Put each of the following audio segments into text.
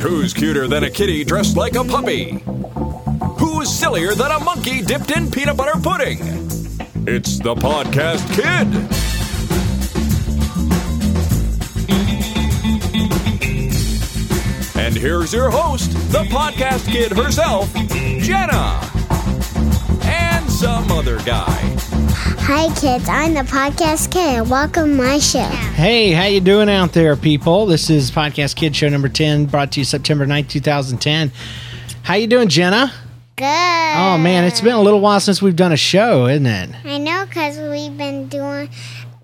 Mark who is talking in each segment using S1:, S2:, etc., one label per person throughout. S1: Who's cuter than a kitty dressed like a puppy? Who's sillier than a monkey dipped in peanut butter pudding? It's the Podcast Kid! And here's your host, the podcast kid herself, Jenna. And some other guy.
S2: Hi, kids. I'm the podcast kid. Welcome my show.
S3: Hey, how you doing out there, people? This is Podcast Kid Show number 10, brought to you September 9th, 2010. How you doing, Jenna?
S2: Good.
S3: Oh,
S2: Oh
S3: man, it's been a little while since we've done a show, isn't it?
S2: I know, cause we've been doing,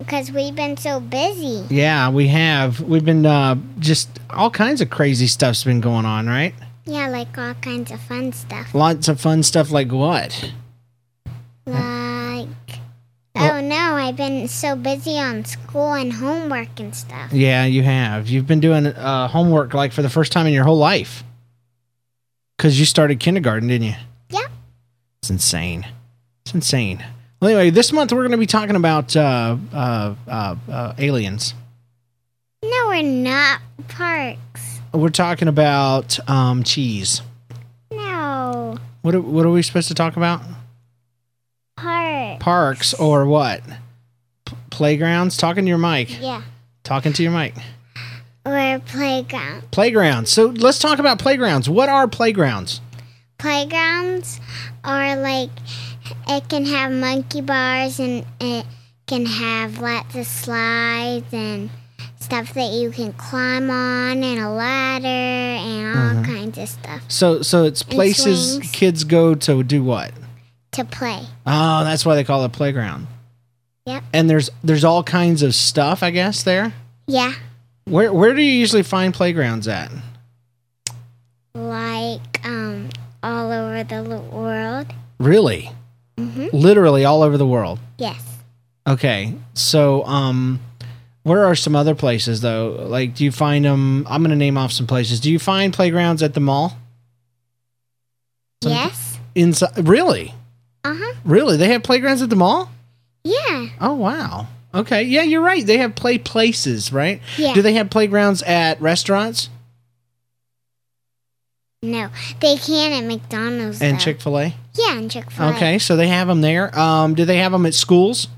S2: cause we've been so busy.
S3: Yeah, we have. We've been uh, just all kinds of crazy stuff's been going on, right?
S2: Yeah, like all kinds of fun stuff.
S3: Lots of fun stuff like what?
S2: Like,
S3: Well-
S2: oh no, I've been so busy on school and homework and stuff.
S3: Yeah, you have. You've been doing uh, homework like for the first time in your whole life. Because you started kindergarten, didn't you?
S2: Yep.
S3: It's insane. It's insane. Well, anyway, this month we're going to be talking about uh, uh, uh, uh, aliens.
S2: No, we're not parks.
S3: We're talking about um, cheese.
S2: No
S3: What are, what are we supposed to talk about?
S2: park.
S3: Parks or what? P- playgrounds? Talking to your mic.
S2: Yeah,
S3: Talking to your mic.
S2: or playground.
S3: Playgrounds. So let's talk about playgrounds. What are playgrounds?
S2: playgrounds are like it can have monkey bars and it can have lots of slides and stuff that you can climb on and a ladder and all
S3: Mm-hmm.
S2: kinds of stuff
S3: So so it's places
S2: swings.
S3: kids go to do what?
S2: to play.
S3: Oh, that's why they call it a playground.
S2: Yep.
S3: And there's there's all kinds of stuff, I guess, there.
S2: Yeah,
S3: Where where do you usually find playgrounds at?
S2: like um all over the lo- world.
S3: Really? Literally all over the world.
S2: Yes.
S3: Okay. So, um, where are some other places though? Like, do you find them? I'm going to name off some places. Do you find playgrounds at the mall? Some-
S2: yes.
S3: Inside? Really?
S2: Uh-huh.
S3: Really? They have playgrounds at the mall?
S2: Yeah.
S3: Oh wow. Okay. Yeah, you're right. They have play places, right?
S2: Yeah.
S3: Do they have playgrounds at restaurants
S2: No. They can at McDonald's.
S3: and
S2: though.
S3: Chick Fil A?
S2: Yeah, and Chick-fil-A.
S3: Okay, so they have them there. Um, do they have them at schools?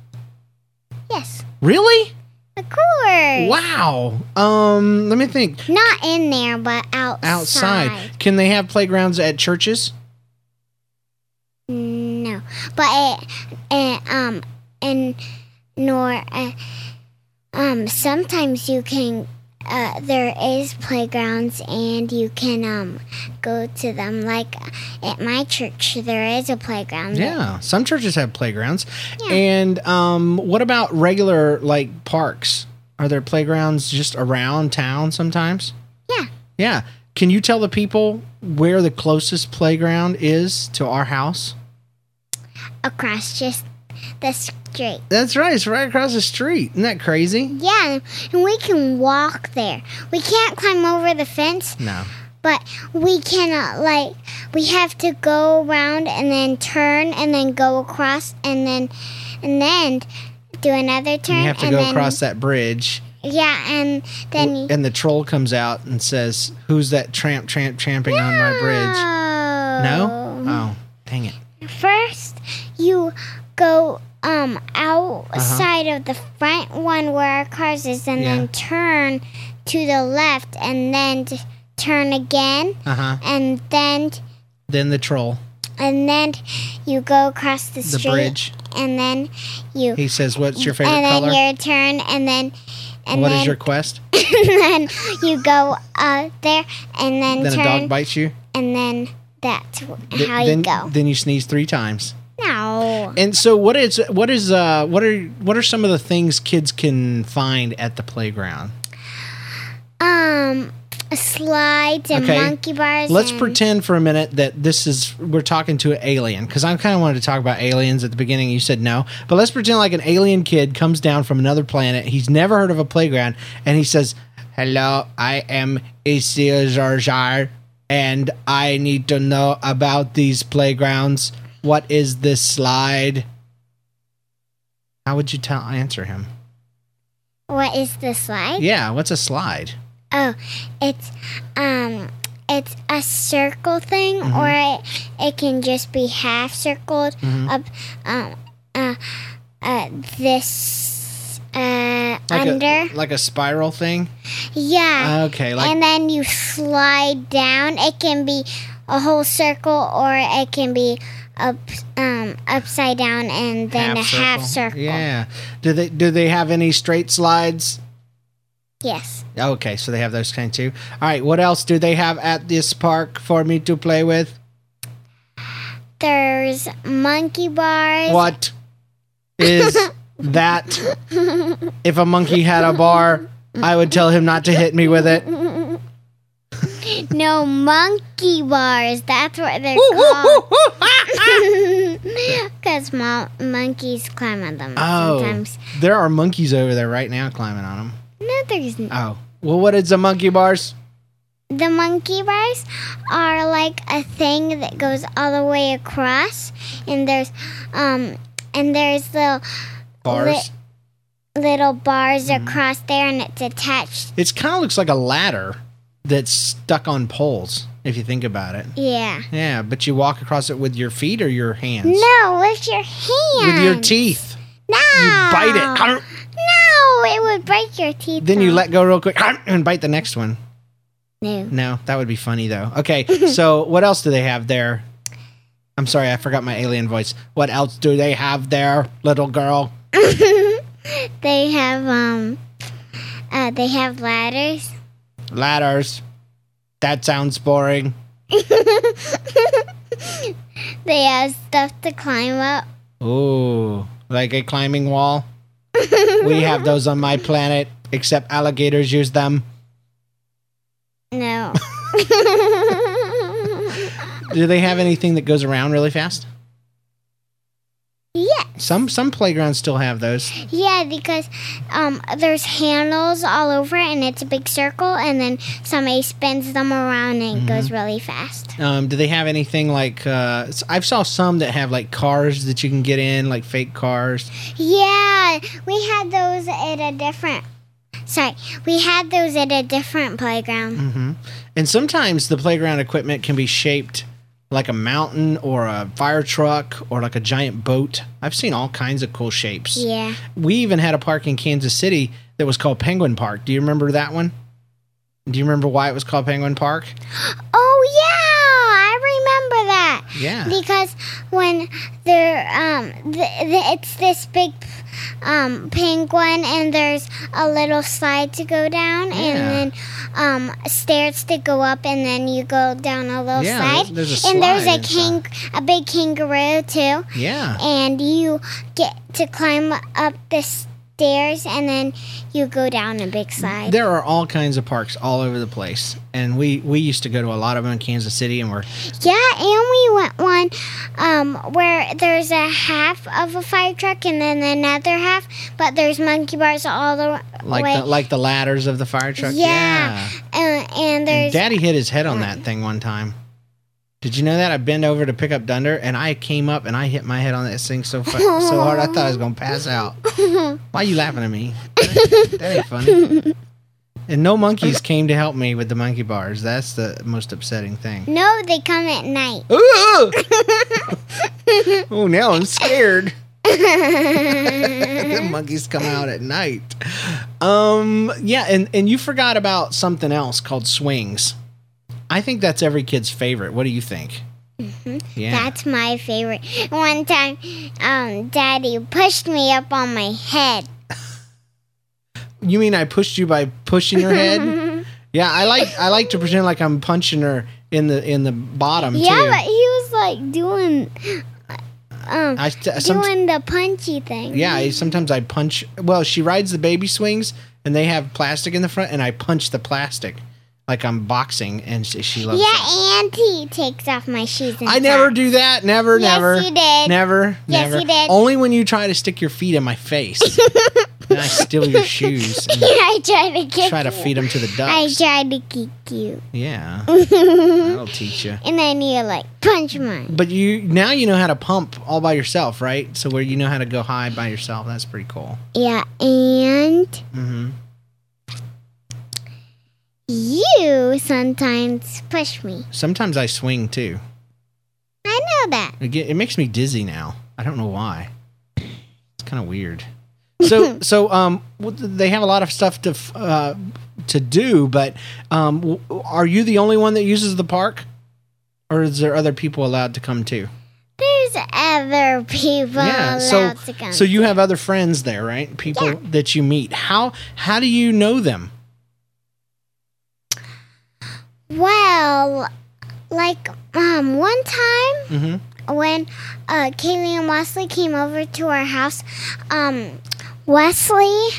S2: Yes.
S3: Really?
S2: Of course.
S3: Wow. Um, let me think.
S2: Not in there, but outside.
S3: outside. Can they have playgrounds at churches?
S2: No, but it, it um and nor uh, um sometimes you can uh there is playgrounds and you can um go to them like at my church there is a playground.
S3: Yeah, some churches have playgrounds.
S2: Yeah.
S3: And um, what about regular like parks? Are there playgrounds just around town sometimes?
S2: Yeah.
S3: Yeah. Can you tell the people where the closest playground is to our house?
S2: across just the street.
S3: That's right. It's right across the street. Isn't that crazy?
S2: Yeah, and we can walk there. We can't climb over the fence,
S3: No.
S2: but we cannot like we have to go around and then turn and then go across and then and then do another turn
S3: You have to
S2: and
S3: go
S2: then
S3: across that bridge,
S2: yeah and then you
S3: and the troll comes out and says, "Who's that tramp, tramp, tramping on my bridge?" No. Oh, dang it.
S2: first you go um outside of the front one where our cars is and
S3: Uh-huh. Yeah.
S2: then turn to the left and then t- turn again
S3: Uh huh.
S2: and then
S3: Then the troll,
S2: and then you go across the
S3: the
S2: street
S3: bridge.
S2: and then you
S3: He says, "What's your favorite
S2: and then
S3: color?
S2: your turn and then and
S3: What
S2: then,
S3: is your quest?
S2: and then you go out there and then,
S3: Then a
S2: turn
S3: dog bites you.
S2: and then that's wh-
S3: Th-
S2: how
S3: then,
S2: you go
S3: Then you sneeze three times.
S2: no
S3: And so, what is what is uh what are what are some of the things kids can find at the playground?
S2: um slides and
S3: Okay,
S2: monkey bars
S3: Let's
S2: and-
S3: pretend for a minute that this is we're talking to an alien because I kind of wanted to talk about aliens at the beginning. You said no, but let's pretend like an alien kid comes down from another planet. He's never heard of a playground, and he says, "Hello, I am Isil Zarjar, and I need to know about these playgrounds. What is this slide?" How would you tell answer him?
S2: what is the slide
S3: Yeah, what's a slide?
S2: oh it's um it's a circle thing,
S3: Mm-hmm.
S2: or it, it can just be half circled
S3: Mm-hmm.
S2: up um, uh, uh, this uh,
S3: Like
S2: under.
S3: a, like a spiral thing.
S2: yeah.
S3: Okay, like
S2: and then you slide down. It can be a whole circle, or it can be up um, upside down and then a half circle.
S3: Yeah. Do they do they have any straight slides?
S2: Yes.
S3: Okay, so they have those kind too. All right, what else do they have at this park for me to play with?
S2: There's monkey bars.
S3: What is that? If a monkey had a bar, I would tell him not to hit me with it.
S2: No monkey bars. That's what they're called. Because mo- monkeys climb on them
S3: Oh,
S2: sometimes.
S3: there are monkeys over there right now climbing on them.
S2: No, there's n-
S3: Oh, well, what is a monkey bars?
S2: the monkey bars are like a thing that goes all the way across, and there's um and there's little
S3: Bars.
S2: little bars
S3: Mm-hmm.
S2: across there, and it's attached.
S3: It's kind of looks like a ladder that's stuck on poles. If you think about it.
S2: Yeah.
S3: Yeah, but you walk across it with your feet or your hands?
S2: No, with your hand.
S3: With your teeth.
S2: No.
S3: Bite it. Arr.
S2: No, it would break your teeth.
S3: Then you
S2: off.
S3: let go real quick arr, and bite the next one.
S2: No.
S3: No, that would be funny though. Okay, so what else do they have there? I'm sorry, I forgot my alien voice. What else do they have there, little girl?
S2: They have um uh they have ladders.
S3: Ladders. That sounds boring.
S2: They have stuff to climb up.
S3: Ooh, like a climbing wall. we have those on my planet, except alligators use them.
S2: No.
S3: Do they have anything that goes around really fast?
S2: yeah.
S3: Some some playgrounds still have those.
S2: Yeah, because um there's handles all over it and it's a big circle and then somebody spins them around and it goes really fast.
S3: Um, do they have anything like? Uh, s- I've saw some that have like cars that you can get in, like fake cars.
S2: Yeah, we had those at a different Sorry, we had those at a different playground.
S3: And sometimes the playground equipment can be shaped like a mountain or a fire truck or like a giant boat. I've seen all kinds of cool shapes.
S2: Yeah.
S3: We even had a park in Kansas City that was called Penguin Park. Do you remember that one? Do you remember why it was called Penguin Park?
S2: Oh yeah, I remember that.
S3: Yeah.
S2: Because when they're um, th- th- it's this big um penguin and there's a little slide to go down
S3: Yeah.
S2: and then um stairs to go up and then you go down a little
S3: Yeah,
S2: slide.
S3: there- there's a
S2: and there's
S3: slide
S2: a king a big kangaroo too
S3: Yeah.
S2: and you get to climb up the stairs and then you go down a big slide.
S3: There are all kinds of parks all over the place, and we we used to go to a lot of them in Kansas City, and we're
S2: Yeah, and we went one um, where there's a half of a fire truck and then another half, but there's monkey bars all the
S3: like
S2: way.
S3: the, like the ladders of the fire truck.
S2: yeah, Uh, and
S3: And
S2: there's
S3: Daddy hit his head on that thing one time. Did you know that I bend over to pick up Dunder and I came up and I hit my head on that thing so fa- so hard I thought I was gonna pass out. Why are you laughing at me? That ain't funny. And no monkeys came to help me with the monkey bars. That's the most upsetting thing.
S2: no, they come at night.
S3: Ooh! oh, now I'm scared. the monkeys come out at night. Um, yeah, and and you forgot about something else called swings. I think that's every kid's favorite. What do you think?
S2: Mm-hmm.
S3: Yeah.
S2: That's my favorite. One time, um, Daddy pushed me up on my head.
S3: you mean I pushed you by pushing your head? yeah, I like I like to pretend like I'm punching her in the in the bottom
S2: Yeah,
S3: too.
S2: but he was like doing, um,
S3: I st- some-
S2: doing the punchy thing.
S3: Yeah, I, sometimes I punch. Well, she rides the baby swings, and they have plastic in the front, and I punch the plastic like I'm boxing, and she, she loves. it.
S2: Yeah, and he takes off my shoes. And
S3: I never do that. Never,
S2: Yes,
S3: never.
S2: you did.
S3: Never,
S2: Yes,
S3: never.
S2: you did.
S3: Only when you try to stick your feet in my face, and I steal your shoes and
S2: I tried to kick.
S3: try to
S2: you.
S3: feed them to the
S2: I
S3: ducks.
S2: tried to kick you,
S3: yeah, that'll teach you.
S2: and then you like punch mine.
S3: But you now you know how to pump all by yourself, right? So where you know how to go high by yourself. That's pretty cool.
S2: Yeah, and
S3: Mm-hmm.
S2: you you sometimes push me.
S3: Sometimes I swing too.
S2: I know that.
S3: It, get, it makes me dizzy now. I don't know why. It's kind of weird. So so um w- they have a lot of stuff to f- uh to do, but um w- are you the only one that uses the park? Or is there other people allowed to come too?
S2: There's other people
S3: yeah.
S2: allowed
S3: So
S2: to come.
S3: so you have other friends there, right? People
S2: Yeah.
S3: that you meet. How how do you know them?
S2: well, like um, one time
S3: Mhm.
S2: when uh, Kaylee and Wesley came over to our house, um, Wesley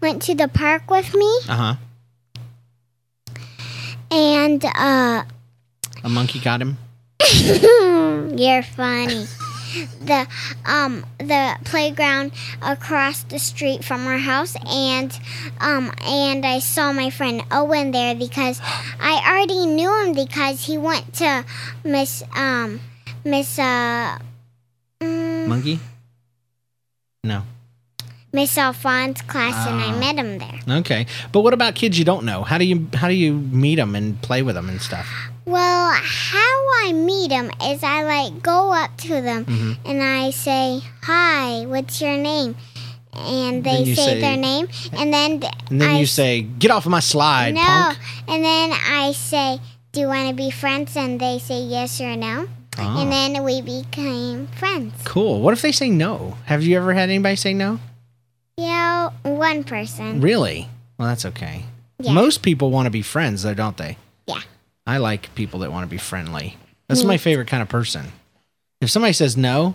S2: went to the park with me,
S3: Uh-huh.
S2: and uh,
S3: A monkey got him.
S2: you're funny. The um the playground across the street from our house and um and I saw my friend Owen there because I already knew him because he went to Miss um Miss uh mm,
S3: Monkey? No.
S2: Miss Alphonse class and
S3: Ah.
S2: I met him there.
S3: Okay. But what about kids you don't know? How do you how do you meet them and play with them and stuff?
S2: Well, how I meet them is I like go up to them
S3: Mm-hmm.
S2: and I say, "Hi, what's your name?" And they
S3: Then you
S2: say,
S3: say-
S2: their name, and then th-
S3: And then
S2: I
S3: you
S2: s-
S3: say, "Get off of my slide,
S2: no,
S3: punk."
S2: and then I say, "Do you want to be friends?" And they say yes or no,
S3: Ah.
S2: and then we became friends.
S3: Cool. What if they say no? Have you ever had anybody say no?
S2: Yeah, one person.
S3: Really? Well, that's okay.
S2: Yeah.
S3: Most people want to be friends, though, don't they?
S2: Yeah. Mm-hmm.
S3: I like people that want to be friendly. That's my favorite kind of person. If somebody says no,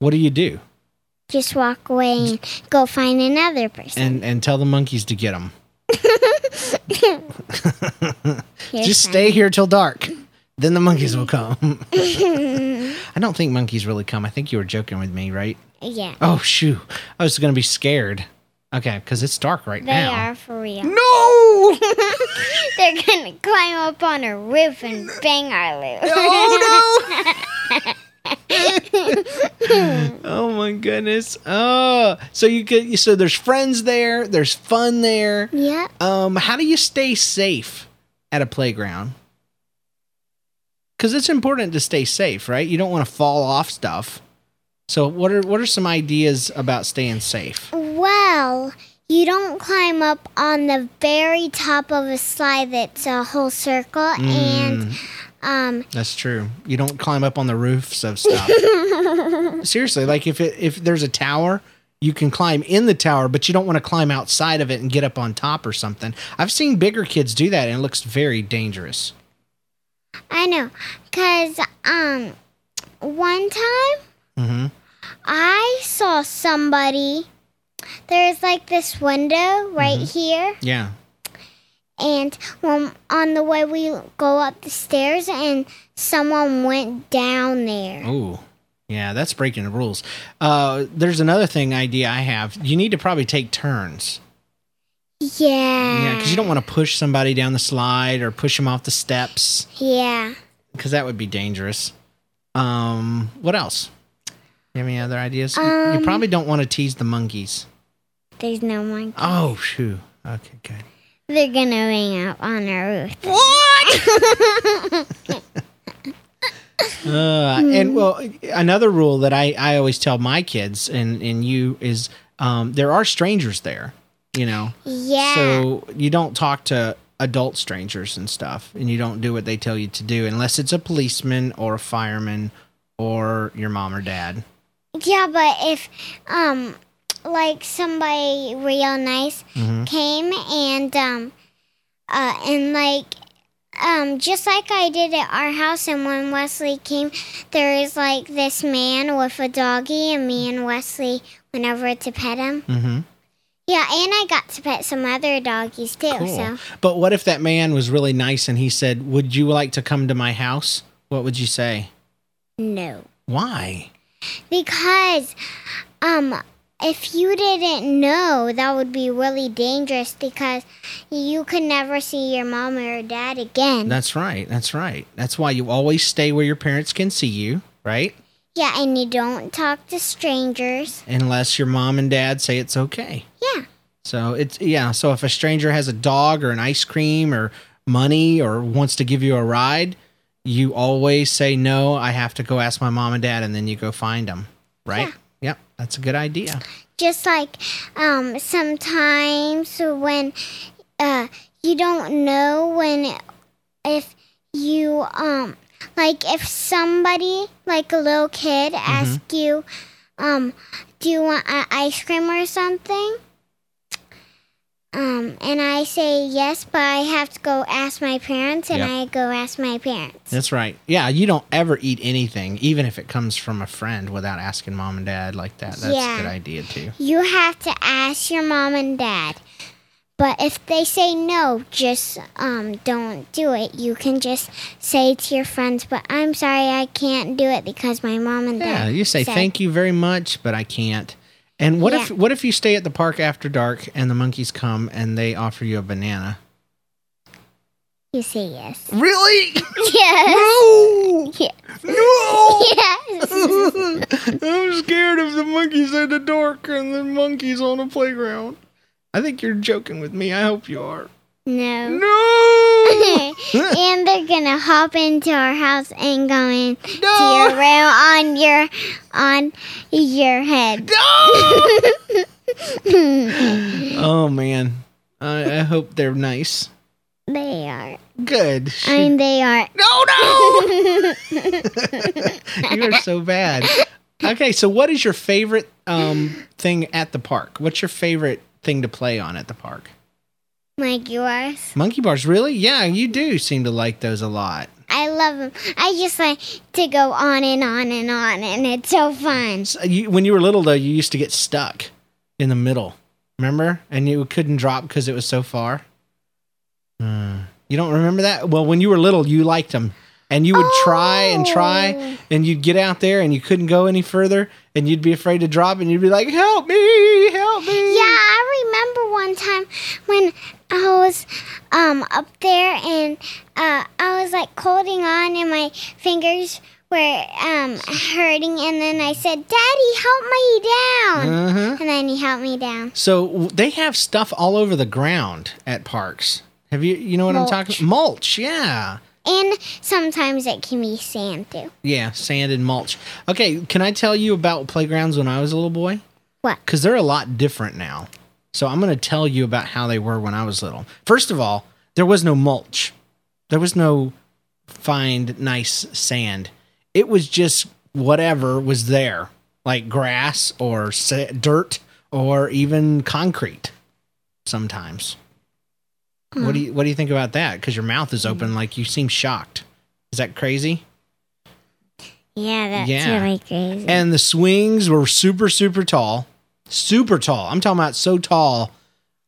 S3: what do you do?
S2: Just walk away and go find another person.
S3: And and tell the monkeys to get them.
S2: You're
S3: Just
S2: fine.
S3: stay here till dark. Then the monkeys will come. I don't think monkeys really come. I think you were joking with me, right?
S2: Yeah,
S3: Oh, shoo. I was going to be scared. Okay, because it's dark right
S2: they
S3: now.
S2: are for real.
S1: No!
S2: They're gonna climb up on a roof and bang our lid.
S1: Oh no!
S3: Oh my goodness. Oh, so you could so there's friends there, there's fun there.
S2: Yep.
S3: Um how do you stay safe at a playground? Cuz it's important to stay safe, right? You don't want to fall off stuff. So what are what are some ideas about staying safe?
S2: Well, you don't climb up on the very top of a slide that's a whole circle,
S1: Hmm.
S2: and um,
S3: That's true. You don't climb up on the roofs of stuff. Seriously, like if it if there's a tower, you can climb in the tower, but you don't want to climb outside of it and get up on top or something. I've seen bigger kids do that, and it looks very dangerous.
S2: I know, cause um, one time
S3: Mm-hmm.
S2: I saw somebody. There's like this window right
S1: Mm-hmm.
S2: here.
S3: Yeah.
S2: and when on the way we go up the stairs and someone went down there
S3: Oh, yeah. That's breaking the rules. Uh, there's another thing idea I have. You need to probably take turns. Yeah,
S2: yeah
S3: because you don't want to push somebody down the slide or push them off the steps,
S2: yeah
S3: because that would be dangerous. Um, what else? You have any other ideas? You- you,
S2: Um,
S3: probably don't want to tease the monkeys.
S2: there's no monkey
S3: Oh, shoo. Okay, good.
S2: they're gonna hang out on our roof
S3: Uh, and well, another rule that I, I always tell my kids and, and you is um, there are strangers there, you know.
S2: yeah
S3: So you don't talk to adult strangers and stuff, and you don't do what they tell you to do unless it's a policeman or a fireman or your mom or dad.
S2: yeah but if um like somebody real nice
S3: Mm-hmm.
S2: came and um uh and like um, just like I did at our house, and when Wesley came, there is like this man with a doggy, and me and Wesley went over to pet him.
S3: Mm-hmm.
S2: Yeah, and I got to pet some other doggies too.
S3: Cool.
S2: So
S3: But what if that man was really nice and he said, "Would you like to come to my house?" What would you say?
S2: no,
S3: Why?
S2: because um, if you didn't know, that would be really dangerous because you could never see your mom or your dad again.
S3: That's right. That's right. That's why you always stay where your parents can see you, right?
S2: yeah, and you don't talk to strangers.
S3: Unless your mom and dad say it's okay.
S2: Yeah,
S3: So it's yeah. So if a stranger has a dog or an ice cream or money or wants to give you a ride, you always say no. I have to go ask my mom and dad, and then you go find them. Right? Yep, that's a good idea.
S2: just like um, sometimes when uh, you don't know when if you um like if somebody like a little kid asks you um do you want a ice cream or something um and i say yes but i have to go ask my parents and
S3: Yep.
S2: i go ask my parents
S3: That's right. Yeah, you don't ever eat anything, even if it comes from a friend, without asking mom and dad like that. That's
S2: Yeah.
S3: a good idea too.
S2: You have to ask your mom and dad. But if they say no, just um, don't do it. You can just say to your friends, "But I'm sorry, I can't do it because my mom and
S3: Yeah,
S2: dad."
S3: you say
S2: said-"
S3: thank you very much, but I can't. And what if
S2: Yeah.
S3: what if you stay at the park after dark and the monkeys come and they offer you a banana?
S2: You say yes.
S3: Really?
S2: Yes.
S3: No.
S2: Yeah.
S3: No.
S2: yes.
S3: I'm scared of the monkeys at the dark and the monkeys on the playground. I think you're joking with me. I hope you are.
S2: No.
S3: No.
S2: and they're gonna hop into our house and go in to
S3: No.
S2: your room on your on your head.
S3: oh man, I, I hope they're nice.
S2: They are.
S3: Good.
S2: I mean, they are.
S3: no, no. you are so bad. Okay, so what is your favorite um, thing at the park? What's your favorite thing to play on at the park?
S2: Like yours.
S3: Monkey bars, really? Yeah, you do seem to like those a lot.
S2: I love them. I just like to go on and on and on, and it's so fun.
S3: So you, when you were little, though, you used to get stuck in the middle. Remember? And you couldn't drop because it was so far. Hmm. you don't remember that? Well, when you were little, you liked them. And you would try and try, and you'd get out there and you couldn't go any further, and you'd be afraid to drop, and you'd be like, Help me, help me.
S2: Yeah, I remember one time when I was um, up there and uh, I was like holding on, and my fingers were um, hurting, and then I said, "Daddy, help me down!"
S3: Uh-huh.
S2: And then he helped me down.
S3: So w- they have stuff all over the ground at parks. Have you, you know what I'm talking Mulch, yeah.
S2: And sometimes it can be sand too.
S3: Yeah, sand and mulch. Okay, can I tell you about playgrounds when I was a little boy?
S2: What?
S3: Because they're a lot different now. So I'm going to tell you about how they were when I was little. First of all, there was no mulch, there was no find nice sand. It was just whatever was there, like grass or sa- dirt or even concrete sometimes. What do you what do you think about that? Because your mouth is open, like you seem shocked. Is that crazy?
S2: Yeah, that's
S3: Yeah.
S2: really crazy.
S3: and the swings were super super tall super tall i'm talking about so tall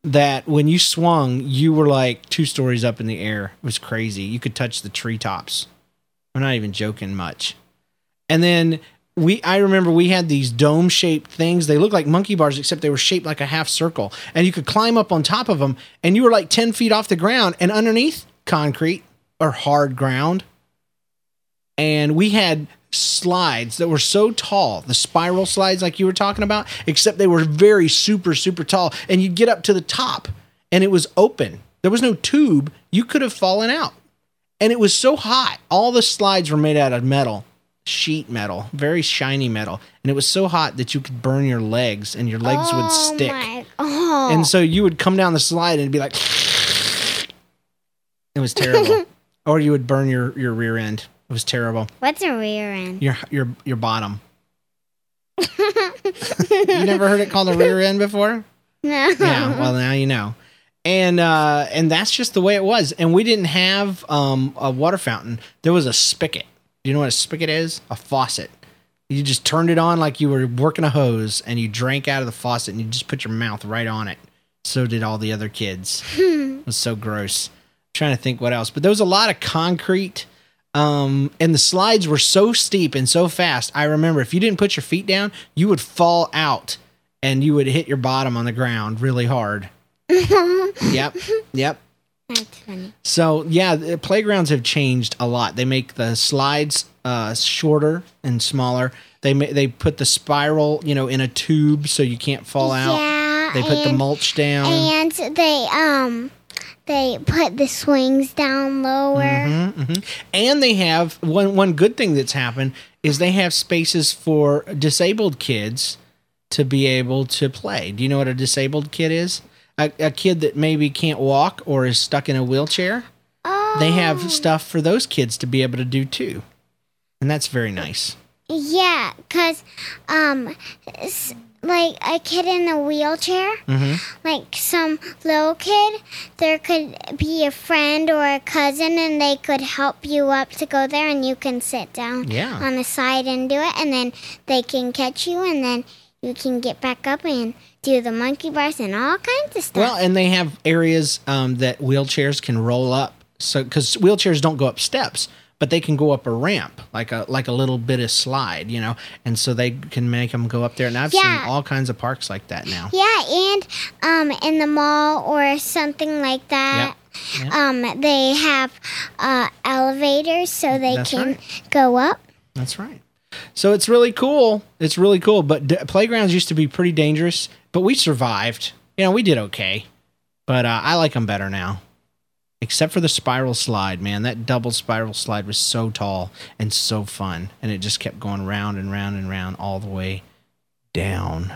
S3: that when you swung you were like two stories up in the air it was crazy you could touch the treetops i'm not even joking much and then we i remember we had these dome shaped things they looked like monkey bars except they were shaped like a half circle and you could climb up on top of them and you were like 10 feet off the ground and underneath concrete or hard ground and we had slides that were so tall the spiral slides like you were talking about except they were very super super tall and you'd get up to the top and it was open there was no tube you could have fallen out and it was so hot all the slides were made out of metal sheet metal very shiny metal and it was so hot that you could burn your legs and your legs would stick
S2: Oh, My, oh.
S3: and so you would come down the slide and it'd be like, it was terrible. or you would burn your, your rear end. It was terrible.
S2: What's a rear end?
S3: Your your your bottom. you never heard it called a rear end before?
S2: No.
S3: Yeah. Well, now you know. And uh, and that's just the way it was. And we didn't have um, a water fountain. There was a spigot. Do you know what a spigot is? A faucet. You just turned it on like you were working a hose, and you drank out of the faucet, and you just put your mouth right on it. So did all the other kids. it was so gross. trying to think what else, but there was a lot of concrete. Um, and the slides were so steep and so fast. I remember if you didn't put your feet down, you would fall out and you would hit your bottom on the ground really hard. yep. Yep.
S2: That's funny.
S3: So yeah, the playgrounds have changed a lot. They make the slides uh, shorter and smaller. They ma- they put the spiral, you know, in a tube so you can't fall out.
S2: Yeah.
S3: They put the
S2: and-
S3: mulch down.
S2: And they um they put the swings down lower.
S3: Mm-hmm. and they have one one good thing that's happened is they have spaces for disabled kids to be able to play. Do you know what a disabled kid is? A, a kid that maybe can't walk or is stuck in a wheelchair.
S2: Oh,
S3: They have stuff for those kids to be able to do too, and that's very nice.
S2: yeah, cause um, s- like a kid in a wheelchair,
S3: Mm-hmm.
S2: like some little kid, there could be a friend or a cousin, and they could help you up to go there, and you can sit down
S3: Yeah.
S2: on the side and do it, and then they can catch you, and then you can get back up and do the monkey bars and all kinds of stuff.
S3: Well, and they have areas um, that wheelchairs can roll up. So because wheelchairs don't go up steps, but they can go up a ramp, like a like a little bit of slide, you know. And so they can make them go up there. And I've
S2: Yeah.
S3: seen all kinds of parks like that now.
S2: Yeah, and um, in the mall or something like that, um, they have uh, elevators so they
S3: That's
S2: can
S3: right.
S2: go up.
S3: That's right. So it's really cool. It's really cool. But d- playgrounds used to be pretty dangerous, but we survived. You know, we did okay. But uh, I like them better now. Except for the spiral slide, man. That double spiral slide was so tall and so fun. And it just kept going round and round and round all the way down.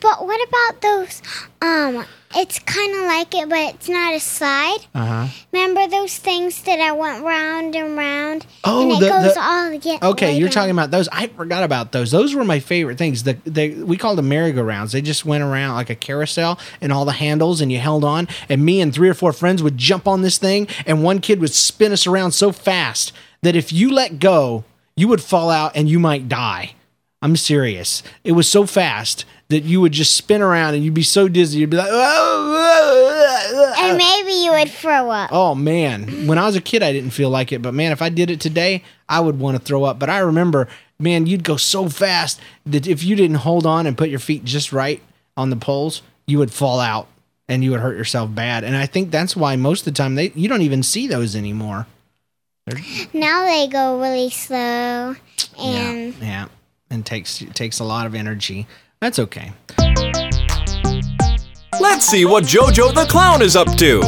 S2: But what about those? Um, it's kind of like it, but it's not a slide.
S3: Uh huh.
S2: Remember those things that I went round and round,
S3: Oh,
S2: and it
S3: the-
S2: goes
S3: the-
S2: all the way
S3: Okay, you're talking
S2: down.
S3: about those. I forgot about those. Those were my favorite things. The they we called them merry-go-rounds. They just went around like a carousel and all the handles and you held on and me and three or four friends would jump on this thing and one kid would spin us around so fast that if you let go, you would fall out and you might die. I'm serious. It was so fast that you would just spin around and you'd be so dizzy. You'd be like, "Oh, uh,
S2: And maybe you would throw up.
S3: Oh man, when I was a kid, I didn't feel like it, but man, if I did it today, I would want to throw up. But I remember, man, you'd go so fast that if you didn't hold on and put your feet just right on the poles, you would fall out and you would hurt yourself bad. And I think that's why most of the time they you don't even see those anymore.
S2: Now they go really slow, and
S3: yeah, yeah, and takes it takes a lot of energy. That's okay.
S1: Let's see what JoJo the Clown is up to.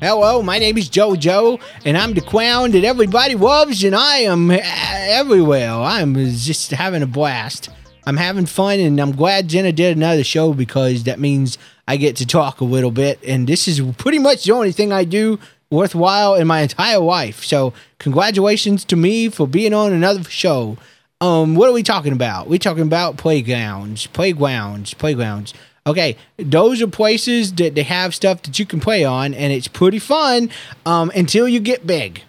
S3: Hello, my name is JoJo, and I'm the clown that everybody loves, and I am uh, everywhere. I'm just having a blast. I'm having fun, and I'm glad Jenna did another show because that means I get to talk a little bit, and this is pretty much the only thing I do worthwhile in my entire life. So, congratulations to me for being on another show. Um, what are we talking about? We're talking about playgrounds, playgrounds, playgrounds. Okay, those are places that they have stuff that you can play on, and it's pretty fun um, until you get big.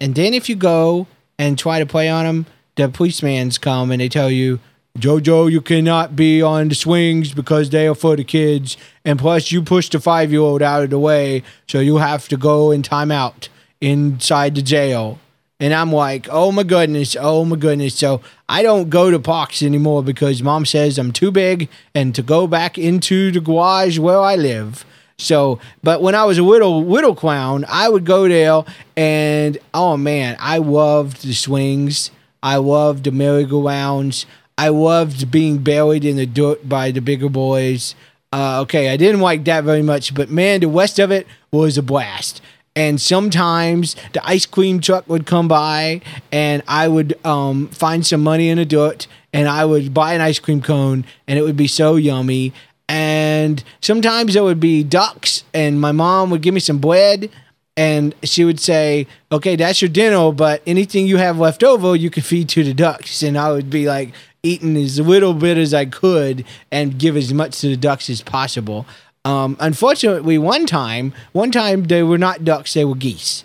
S3: And then if you go and try to play on them, the policeman's come and they tell you, Jojo, you cannot be on the swings because they are for the kids. And plus, you pushed a five year old out of the way, so you have to go and time out inside the jail. And I'm like, oh my goodness, oh my goodness. So I don't go to parks anymore because mom says I'm too big and to go back into the garage where I live. So, but when I was a little little clown, I would go there and oh man, I loved the swings. I loved the merry-go-rounds. I loved being buried in the dirt by the bigger boys. Uh, okay, I didn't like that very much, but man, the rest of it was a blast. And sometimes the ice cream truck would come by, and I would um, find some money in the dirt, and I would buy an ice cream cone, and it would be so yummy. And sometimes there would be ducks, and my mom would give me some bread, and she would say, "Okay, that's your dinner, but anything you have left over, you can feed to the ducks." And I would be like eating as little bit as I could and give as much to the ducks as possible. Um, unfortunately, one time, one time they were not ducks; they were geese,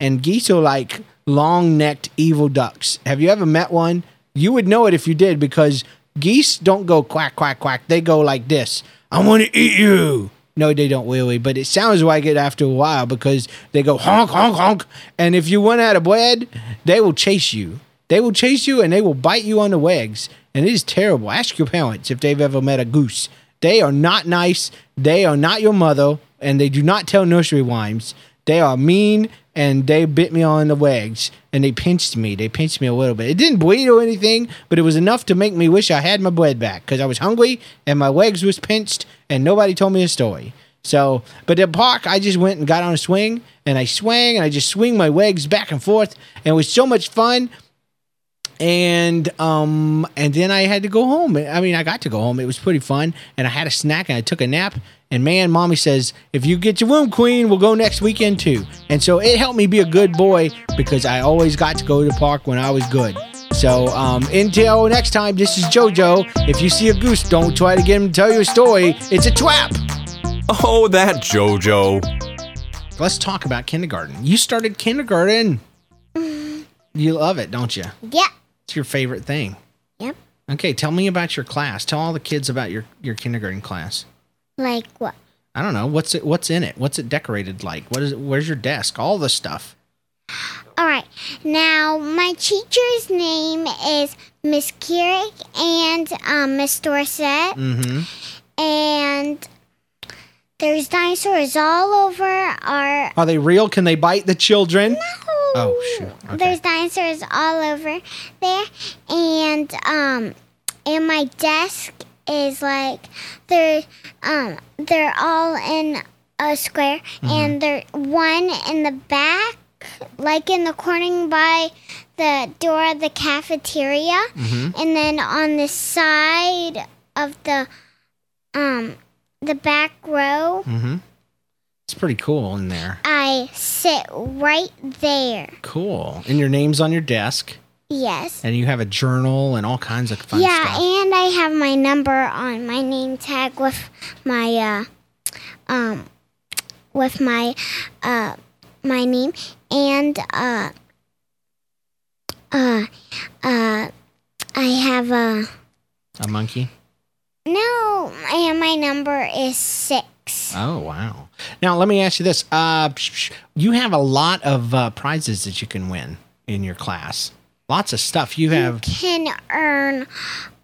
S3: and geese are like long-necked evil ducks. Have you ever met one? You would know it if you did, because geese don't go quack quack quack. They go like this: "I want to eat you." No, they don't really, but it sounds like it after a while because they go honk, honk, honk. And if you run out of bread, they will chase you. They will chase you and they will bite you on the legs. And it is terrible. Ask your parents if they've ever met a goose. They are not nice. They are not your mother. And they do not tell nursery rhymes. They are mean and they bit me on the legs and they pinched me. They pinched me a little bit. It didn't bleed or anything, but it was enough to make me wish I had my bread back because I was hungry and my legs was pinched and nobody told me a story. So, but at park, I just went and got on a swing and I swang and I just swing my legs back and forth and it was so much fun and um and then I had to go home. I mean, I got to go home. It was pretty fun, and I had a snack and I took a nap. And man, mommy says if you get your room queen, we'll go next weekend too. And so it helped me be a good boy because I always got to go to the park when I was good. So um, until next time, this is JoJo. If you see a goose, don't try to get him to tell you a story. It's a trap.
S1: Oh, that JoJo.
S3: Let's talk about kindergarten. You started kindergarten. You love it, don't you?
S2: Yeah.
S3: It's your favorite thing.
S2: Yep.
S3: Okay, tell me about your class. Tell all the kids about your your kindergarten class.
S2: Like what?
S3: I don't know what's it what's in it. What's it decorated like? What is it, where's your desk? All the stuff.
S2: All right. Now, my teacher's name is Miss Kierick and um, Miss Dorset.
S3: Mm-hmm.
S2: And there's dinosaurs all over our.
S3: Are they real? Can they bite the children?
S2: Oh,
S3: shoot. Okay.
S2: There's dinosaurs all over there. And, um, and my desk is like, they're, um, they're all in a square.
S3: Mm-hmm.
S2: And they're one in the back, like in the corner by the door of the cafeteria.
S3: Mm-hmm.
S2: And then on the side of the, um, the back row,
S3: Mm-hmm. It's pretty cool in there.
S2: I sit right there.
S3: Cool. And your name's on your desk,
S2: Yes.
S3: and you have a journal and all kinds of fun
S2: yeah,
S3: stuff.
S2: and I have my number on my name tag with my uh, um, with my uh, my name and uh, uh, uh, I have a
S3: a monkey.
S2: no, and my number is six.
S3: Oh wow. Now let me ask you this. Uh, psh, psh, you have a lot of uh, prizes that you can win in your class. Lots of stuff. You have
S2: Can earn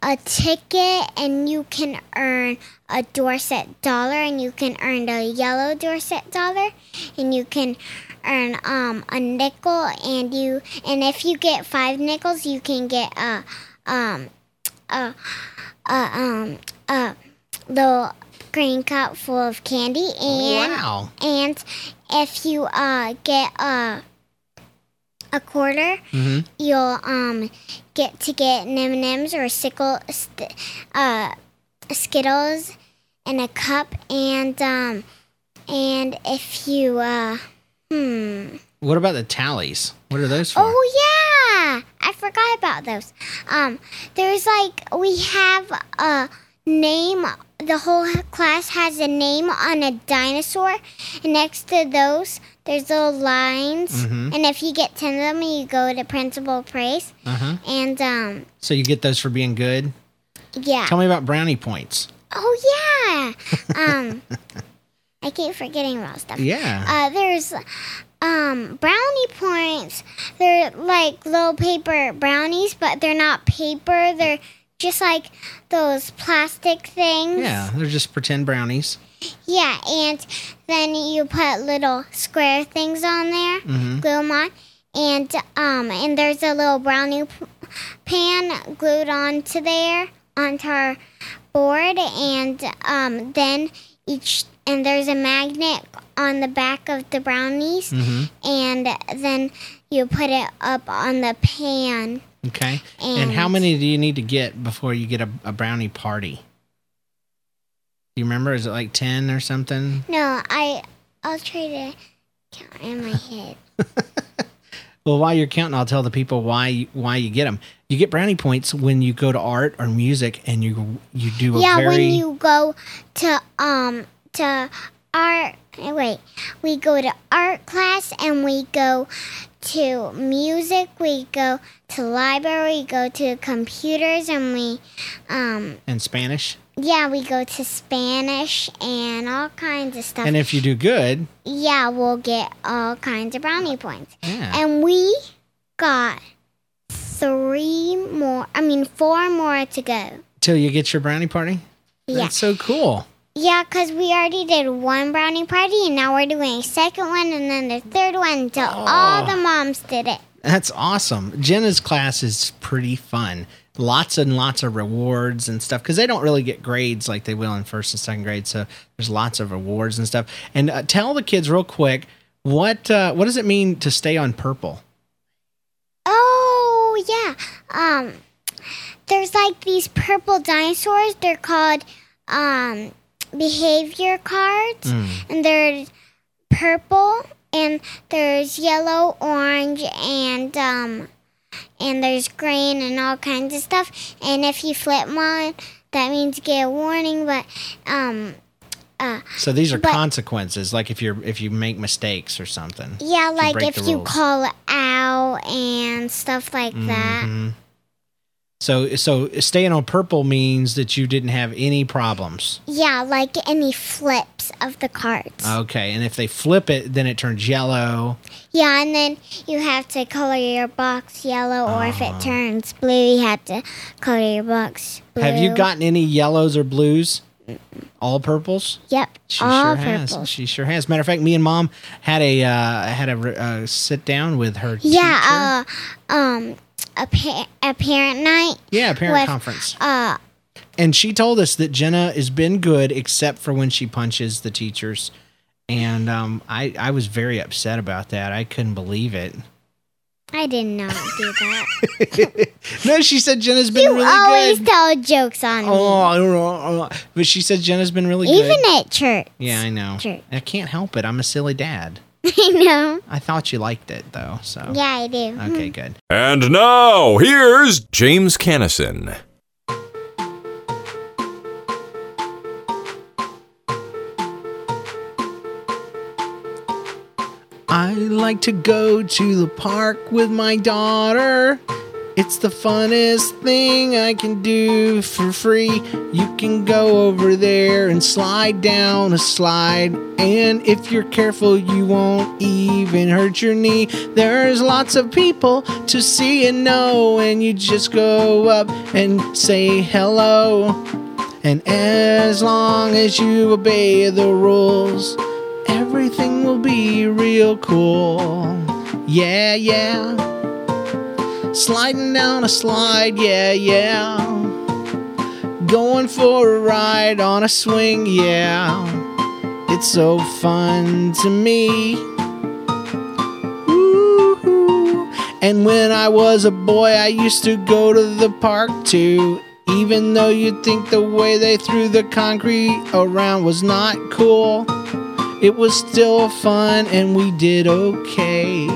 S2: a ticket, and you can earn a Dorset dollar, and you can earn a yellow Dorset dollar, and you can earn um a nickel, and you and if you get five nickels, you can get a um a a um a little green cup full of candy, and
S3: Oh, wow.
S2: and if you uh get a a quarter,
S3: Mhm.
S2: you'll um get to get M and M's or sickle, st- uh, Skittles in a cup, and um and if you uh hmm
S3: What about the tallies? What are those for?
S2: oh yeah I forgot about those um there's like we have a name the whole class has a name on a dinosaur and next to those there's little lines
S3: Mhm.
S2: and if you get 10 of them you go to principal praise
S3: Uh-huh.
S2: and um
S3: So you get those for being good.
S2: yeah
S3: Tell me about brownie points.
S2: Oh yeah. Um, I keep forgetting about stuff.
S3: Yeah.
S2: Uh, there's um brownie points. They're like little paper brownies, but they're not paper. They're just like those plastic things.
S3: yeah, they're just pretend brownies.
S2: Yeah, and then you put little square things on there,
S3: Mhm.
S2: glue 'em on, and um, and there's a little brownie p- pan glued onto there onto our board, and um, then each and there's a magnet on the back of the brownies,
S3: Mhm.
S2: and then you put it up on the pan.
S3: Okay. And, how
S2: And-
S3: many do you need to get before you get a, a brownie party? Do you remember? Is it like 10 or something?
S2: No, I I'll try to count in my head.
S3: Well, while you're counting, I'll tell the people why you, why you get them. You get brownie points when you go to art or music and you you do a
S2: yeah,
S3: very
S2: when you go to um to art eh, wait, we go to art class and we go to music, we go to library, we go to computers and we um
S3: in Spanish.
S2: yeah, we go to Spanish and all kinds of stuff.
S3: And if you do good,
S2: yeah, we'll get all kinds of brownie points.
S3: yeah.
S2: And we got three more I mean four more to go.
S3: Till you get your brownie party.
S2: Yeah.
S3: That's so cool.
S2: Yeah, because we already did one brownie party, and now we're doing a second one, and then the third one until all the moms did it.
S3: That's awesome. Jenna's class is pretty fun. Lots and lots of rewards and stuff because they don't really get grades like they will in first and second grade. So there's lots of rewards and stuff. And uh, tell the kids real quick what uh, what does it mean to stay on purple?
S2: Oh yeah. Um, there's like these purple dinosaurs. They're called um behavior cards, and they're purple. And there's yellow, orange, and um, and there's green and all kinds of stuff. And if you flip one, that means you get a warning. But um,
S3: So these are
S2: But-
S3: consequences, like if you're if you make mistakes or something.
S2: yeah, like
S3: break
S2: if
S3: the
S2: you
S3: rules.
S2: call out and stuff like that.
S3: Mm-hmm. So so staying on purple means that you didn't have any problems.
S2: Yeah, like any flips of the cards.
S3: Okay, and if they flip it, then it turns yellow.
S2: yeah, and then you have to color your box yellow, or if
S3: Uh-huh.
S2: it turns blue, you have to color your box blue.
S3: Have you gotten any yellows or blues? All purples.
S2: Yep,
S3: She
S2: all
S3: sure has.
S2: purples.
S3: She sure has. Matter of fact, me and mom had a uh, had a uh, sit down with her.
S2: Yeah, uh, um, a, pa- a parent night.
S3: teacher. yeah, parent
S2: with, uh,
S3: conference. and she told us that Jenna has been good except for when she punches the teachers, and um, I I was very upset about that. I couldn't believe it.
S2: I did not do that.
S3: No, she said Jenna's been really
S2: Always
S3: good.
S2: tell jokes on
S3: Oh, I don't know. but she said Jenna's been really
S2: me, even
S3: good.
S2: at church.
S3: Yeah, I know.
S2: True.
S3: I can't help it. I'm a silly dad.
S2: I know.
S3: I thought you liked it though. So
S2: Yeah, mm-hmm. I do.
S3: Oh. okay, good.
S1: And now, here's James Cannison.
S3: I like to go to the park with my daughter. It's the funnest thing I can do for free. You can go over there and slide down a slide. And if you're careful, you won't even hurt your knee. There's lots of people to see and know, and you just go up and say hello. And as long as you obey the rules, everything will be real cool. Yeah, yeah. Sliding down a slide, yeah, yeah. Going for a ride on a swing, yeah. It's so fun to me. Woo-hoo. And when I was a boy, I used to go to the park too. Even though you'd think the way they threw the concrete around was not cool, it was still fun and we did okay.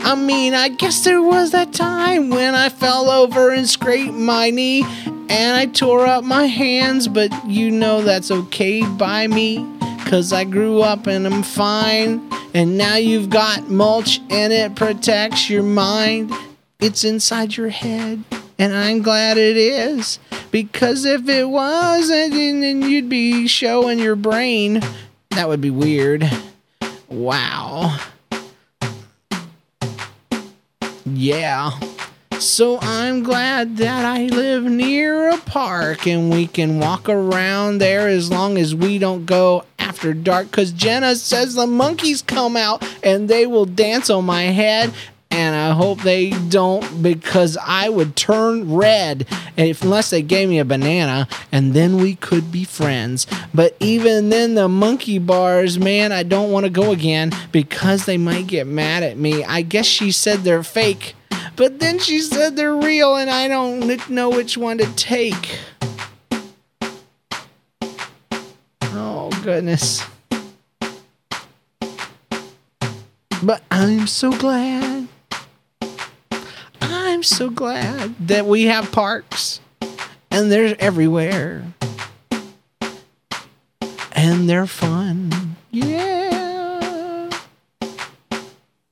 S3: I mean, I guess there was that time when I fell over and scraped my knee and I tore up my hands, but you know that's okay by me. Cause I grew up and I'm fine. And now you've got mulch and it protects your mind. It's inside your head. And I'm glad it is. Because if it wasn't, then then you'd be showing your brain. That would be weird. Wow. Yeah. So I'm glad that I live near a park and we can walk around there as long as we don't go after dark. Cause Jenna says the monkeys come out and they will dance on my head. And I hope they don't because I would turn red if, unless they gave me a banana and then we could be friends. But even then, the monkey bars, man, I don't want to go again because they might get mad at me. I guess she said they're fake. But then she said they're real, and I don't kn- know which one to take. Oh, goodness. But I'm so glad. I'm so glad that we have parks, and they're everywhere. And they're fun. Yeah.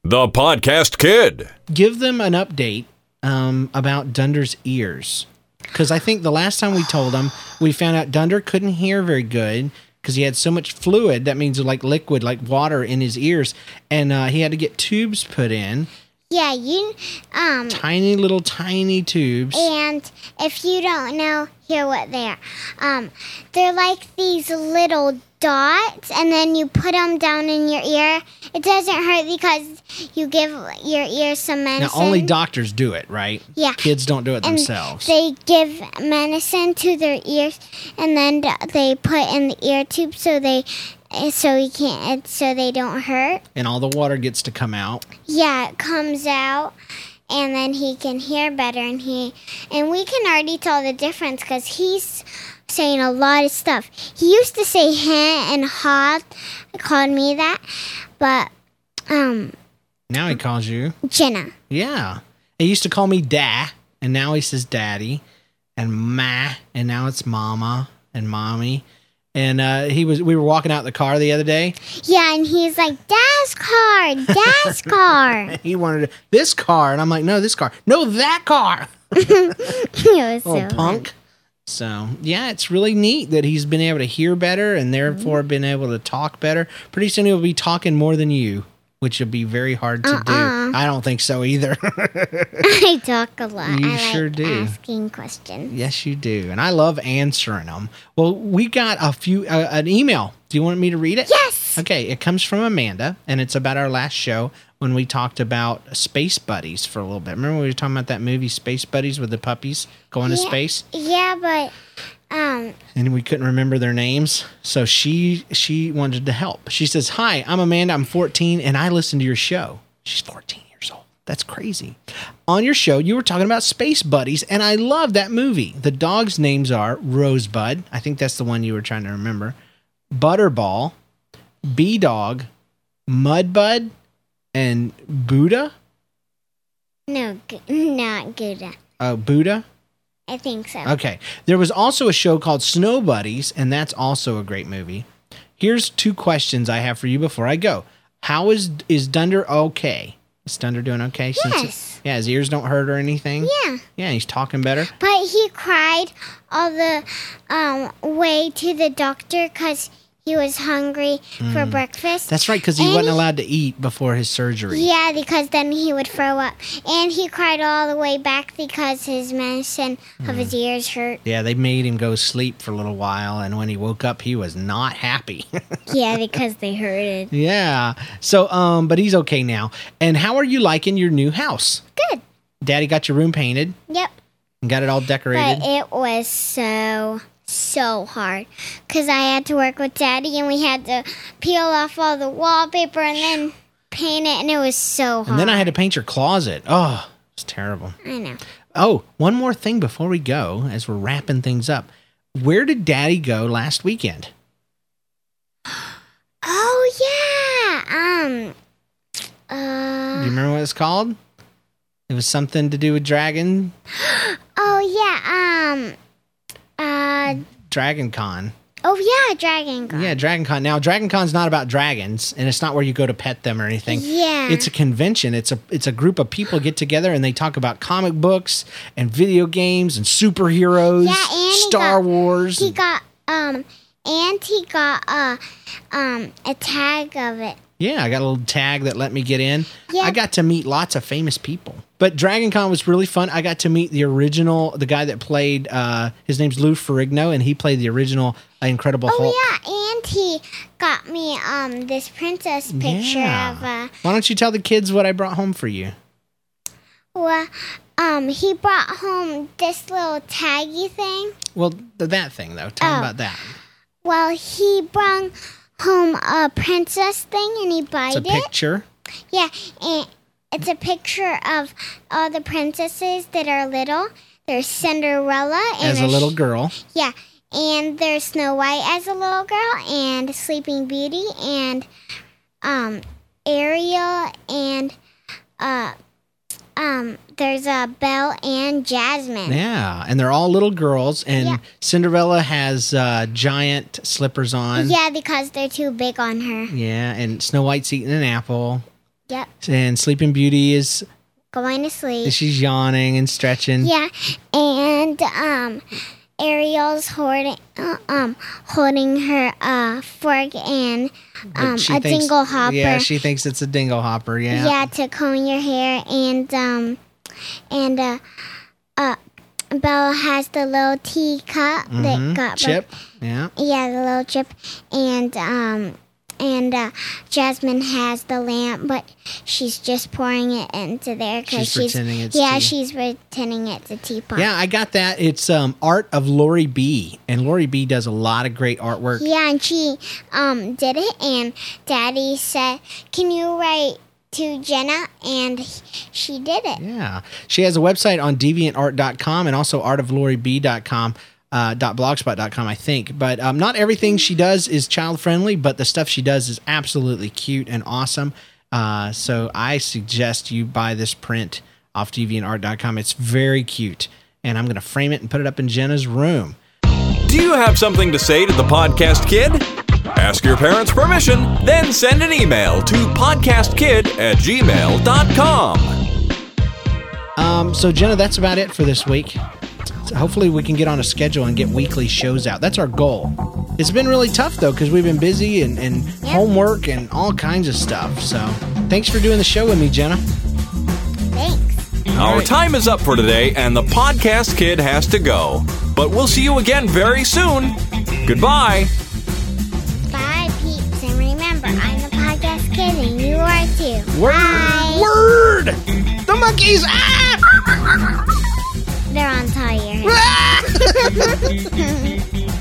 S1: The Podcast Kid.
S3: give them an update um, about Dunder's ears. Because I think the last time we told them, we found out Dunder couldn't hear very good because he had so much fluid. That means like liquid, like water in his ears. And uh, he had to get tubes put in.
S2: Yeah, you um
S3: Tiny little tiny tubes.
S2: and if you don't know, hear what they are. Um they're like these little dots and then you put them down in your ear. It doesn't hurt because you give your ear some
S3: Now
S2: medicine.
S3: only doctors do it, right?
S2: Yeah.
S3: Kids don't do it
S2: and
S3: themselves.
S2: They give medicine to their ears, and then th- they put in the ear tube so they, eh, so he can't, eh, so they don't hurt.
S3: and all the water gets to come out.
S2: Yeah, it comes out, and then he can hear better, and he, and we can already tell the difference because he's saying a lot of stuff. He used to say "hen" and "ha," called me that, but um,
S3: Now he calls you.
S2: Jenna.
S3: Yeah. He used to call me Da, and now he says Daddy, and Ma, and now it's Mama and Mommy. And uh, he was we were walking out the car the other day.
S2: Yeah, and he's like "dash car, dash car."
S3: He wanted this car, and I'm like, no, this car, no, that car.
S2: It was
S3: Little
S2: so
S3: punk. So yeah, it's really neat that he's been able to hear better and therefore been able to talk better. Pretty soon he'll be talking more than you, which will be very hard to
S2: Uh-uh.
S3: do. I don't think so either.
S2: I talk a lot.
S3: You
S2: I like
S3: sure do.
S2: Asking questions.
S3: Yes, you do, and I love answering them. Well, we got a few uh, an email. Do you want me to read it?
S2: Yes.
S3: Okay, it comes from Amanda, and it's about our last show when we talked about space buddies for a little bit. Remember we were talking about that movie Space Buddies with the puppies going to
S2: Yeah.
S3: space,
S2: Yeah, but um,
S3: and we couldn't remember their names. So she she wanted to help. She says, "Hi, I'm Amanda. I'm 14, and I listen to your show." She's 14 years old. That's crazy. On your show, you were talking about space buddies, and I love that movie. The dogs' names are Rosebud. I think that's the one you were trying to remember. Butterball, B Dog, Mudbud, and Buddha.
S2: no, g- not good.
S3: Oh, Buddha.
S2: I think so.
S3: Okay. There was also a show called Snow Buddies, and that's also a great movie. Here's two questions I have for you before I go. How is is Dunder okay? Is Dunder doing okay?
S2: Yes.
S3: yeah, his ears don't hurt or anything.
S2: Yeah,
S3: Yeah, he's talking better.
S2: but he cried all the um way to the doctor because he was hungry for breakfast.
S3: Mm. That's right, because he
S2: And he-
S3: wasn't allowed to eat before his surgery.
S2: yeah, because then he would throw up, and he cried all the way back because his medicine of
S3: Mm.
S2: his ears hurt.
S3: Yeah, they made him go sleep for a little while, and when he woke up, he was not happy.
S2: yeah, because they hurted.
S3: yeah. So, um, but he's okay now. And how are you liking your new house?
S2: Good.
S3: Daddy got your room painted
S2: Yep.
S3: and got it all decorated.
S2: But it was so, so hard because I had to work with Daddy and we had to peel off all the wallpaper and then paint it, and it was so hard.
S3: And then I had to paint your closet. Oh, it's terrible.
S2: I know.
S3: Oh, one more thing before we go, as we're wrapping things up. Where did Daddy go last weekend?
S2: Oh, yeah. Um,
S3: Do
S2: uh,
S3: you remember what it's called? It was something to do with dragon,
S2: oh, yeah. Um, uh,
S3: Dragon Con.
S2: oh, yeah, Dragon Con.
S3: Yeah, Dragon Con. Now, Dragon Con's not about dragons, and it's not where you go to pet them or anything.
S2: Yeah.
S3: It's a convention. It's a it's a group of people get together and they talk about comic books and video games and superheroes,
S2: Yeah, and he
S3: Star
S2: got-
S3: Wars.
S2: He
S3: and-
S2: got, um, and he got a, um, a tag of it.
S3: Yeah, I got a little tag that let me get in.
S2: Yeah.
S3: I got to meet lots of famous people. But Dragon Con was really fun. I got to meet the original, the guy that played, uh, his name's Lou Ferrigno, and he played the original uh, Incredible Hulk.
S2: Oh yeah, and he got me um this princess picture
S3: Yeah.
S2: of uh, a
S3: Why don't you tell the kids what I brought home for you?
S2: well, um he brought home this little taggy thing.
S3: Well, th- that thing, though. Tell them
S2: Oh.
S3: about that.
S2: Well, he brought home a princess thing and he
S3: It's a
S2: bought it.
S3: picture.
S2: Yeah, and it's a picture of all the princesses that are little. There's Cinderella and
S3: As a
S2: sh- mm-hmm.
S3: little girl,
S2: yeah, and there's Snow White as a little girl and Sleeping Beauty and um Ariel and uh um there's a Belle and Jasmine.
S3: yeah, and they're all little girls. And
S2: Yeah.
S3: Cinderella has uh, giant slippers on,
S2: Yeah, because they're too big on her.
S3: yeah, and Snow White's eating an apple,
S2: Yep,
S3: and Sleeping Beauty is
S2: going to sleep.
S3: She's yawning and stretching.
S2: Yeah, and um Ariel's holding uh, um holding her uh fork and um
S3: She
S2: a
S3: thinks-
S2: dingle hopper.
S3: Yeah, she thinks it's a dingle hopper. Yeah.
S2: yeah to comb your hair and um and uh uh Bella has the little teacup that got broke-
S3: Mm-hmm. Chip. Yeah.
S2: yeah, the little chip, and um, and uh, Jasmine has the lamp, but she's just pouring it into there because
S3: She's pretending it's
S2: yeah,
S3: tea.
S2: she's pretending it's a teapot.
S3: Yeah, I got that. It's um, art of Lori B, and Lori B does a lot of great artwork.
S2: Yeah, and she um did it, and Daddy said, "Can you write to Jenna?" And he- she did it.
S3: Yeah. She has a website on deviantart.com and also artoflorib.com. Uh, dot blogspot.com i think but um, not everything she does is child friendly but the stuff she does is absolutely cute and awesome uh, so i suggest you buy this print off deviantart.com it's very cute and i'm going to frame it and put it up in jenna's room
S1: Do you have something to say to the podcast kid? Ask your parents' permission, then send an email to podcastkid at gmail.com.
S3: um, so jenna that's about it for this week so hopefully we can get on a schedule and get weekly shows out that's our goal it's been really tough though because we've been busy and, and homework and all kinds of stuff so thanks for doing the show with me jenna
S2: Thanks.
S1: Our
S3: right.
S1: time is up for today, and the podcast kid has to go. But we'll see you again very soon. Goodbye.
S2: Bye, peeps, and remember, I'm the podcast kid, and you are too.
S3: word
S2: Bye.
S3: word the monkeys ah!
S2: They're on top of your head.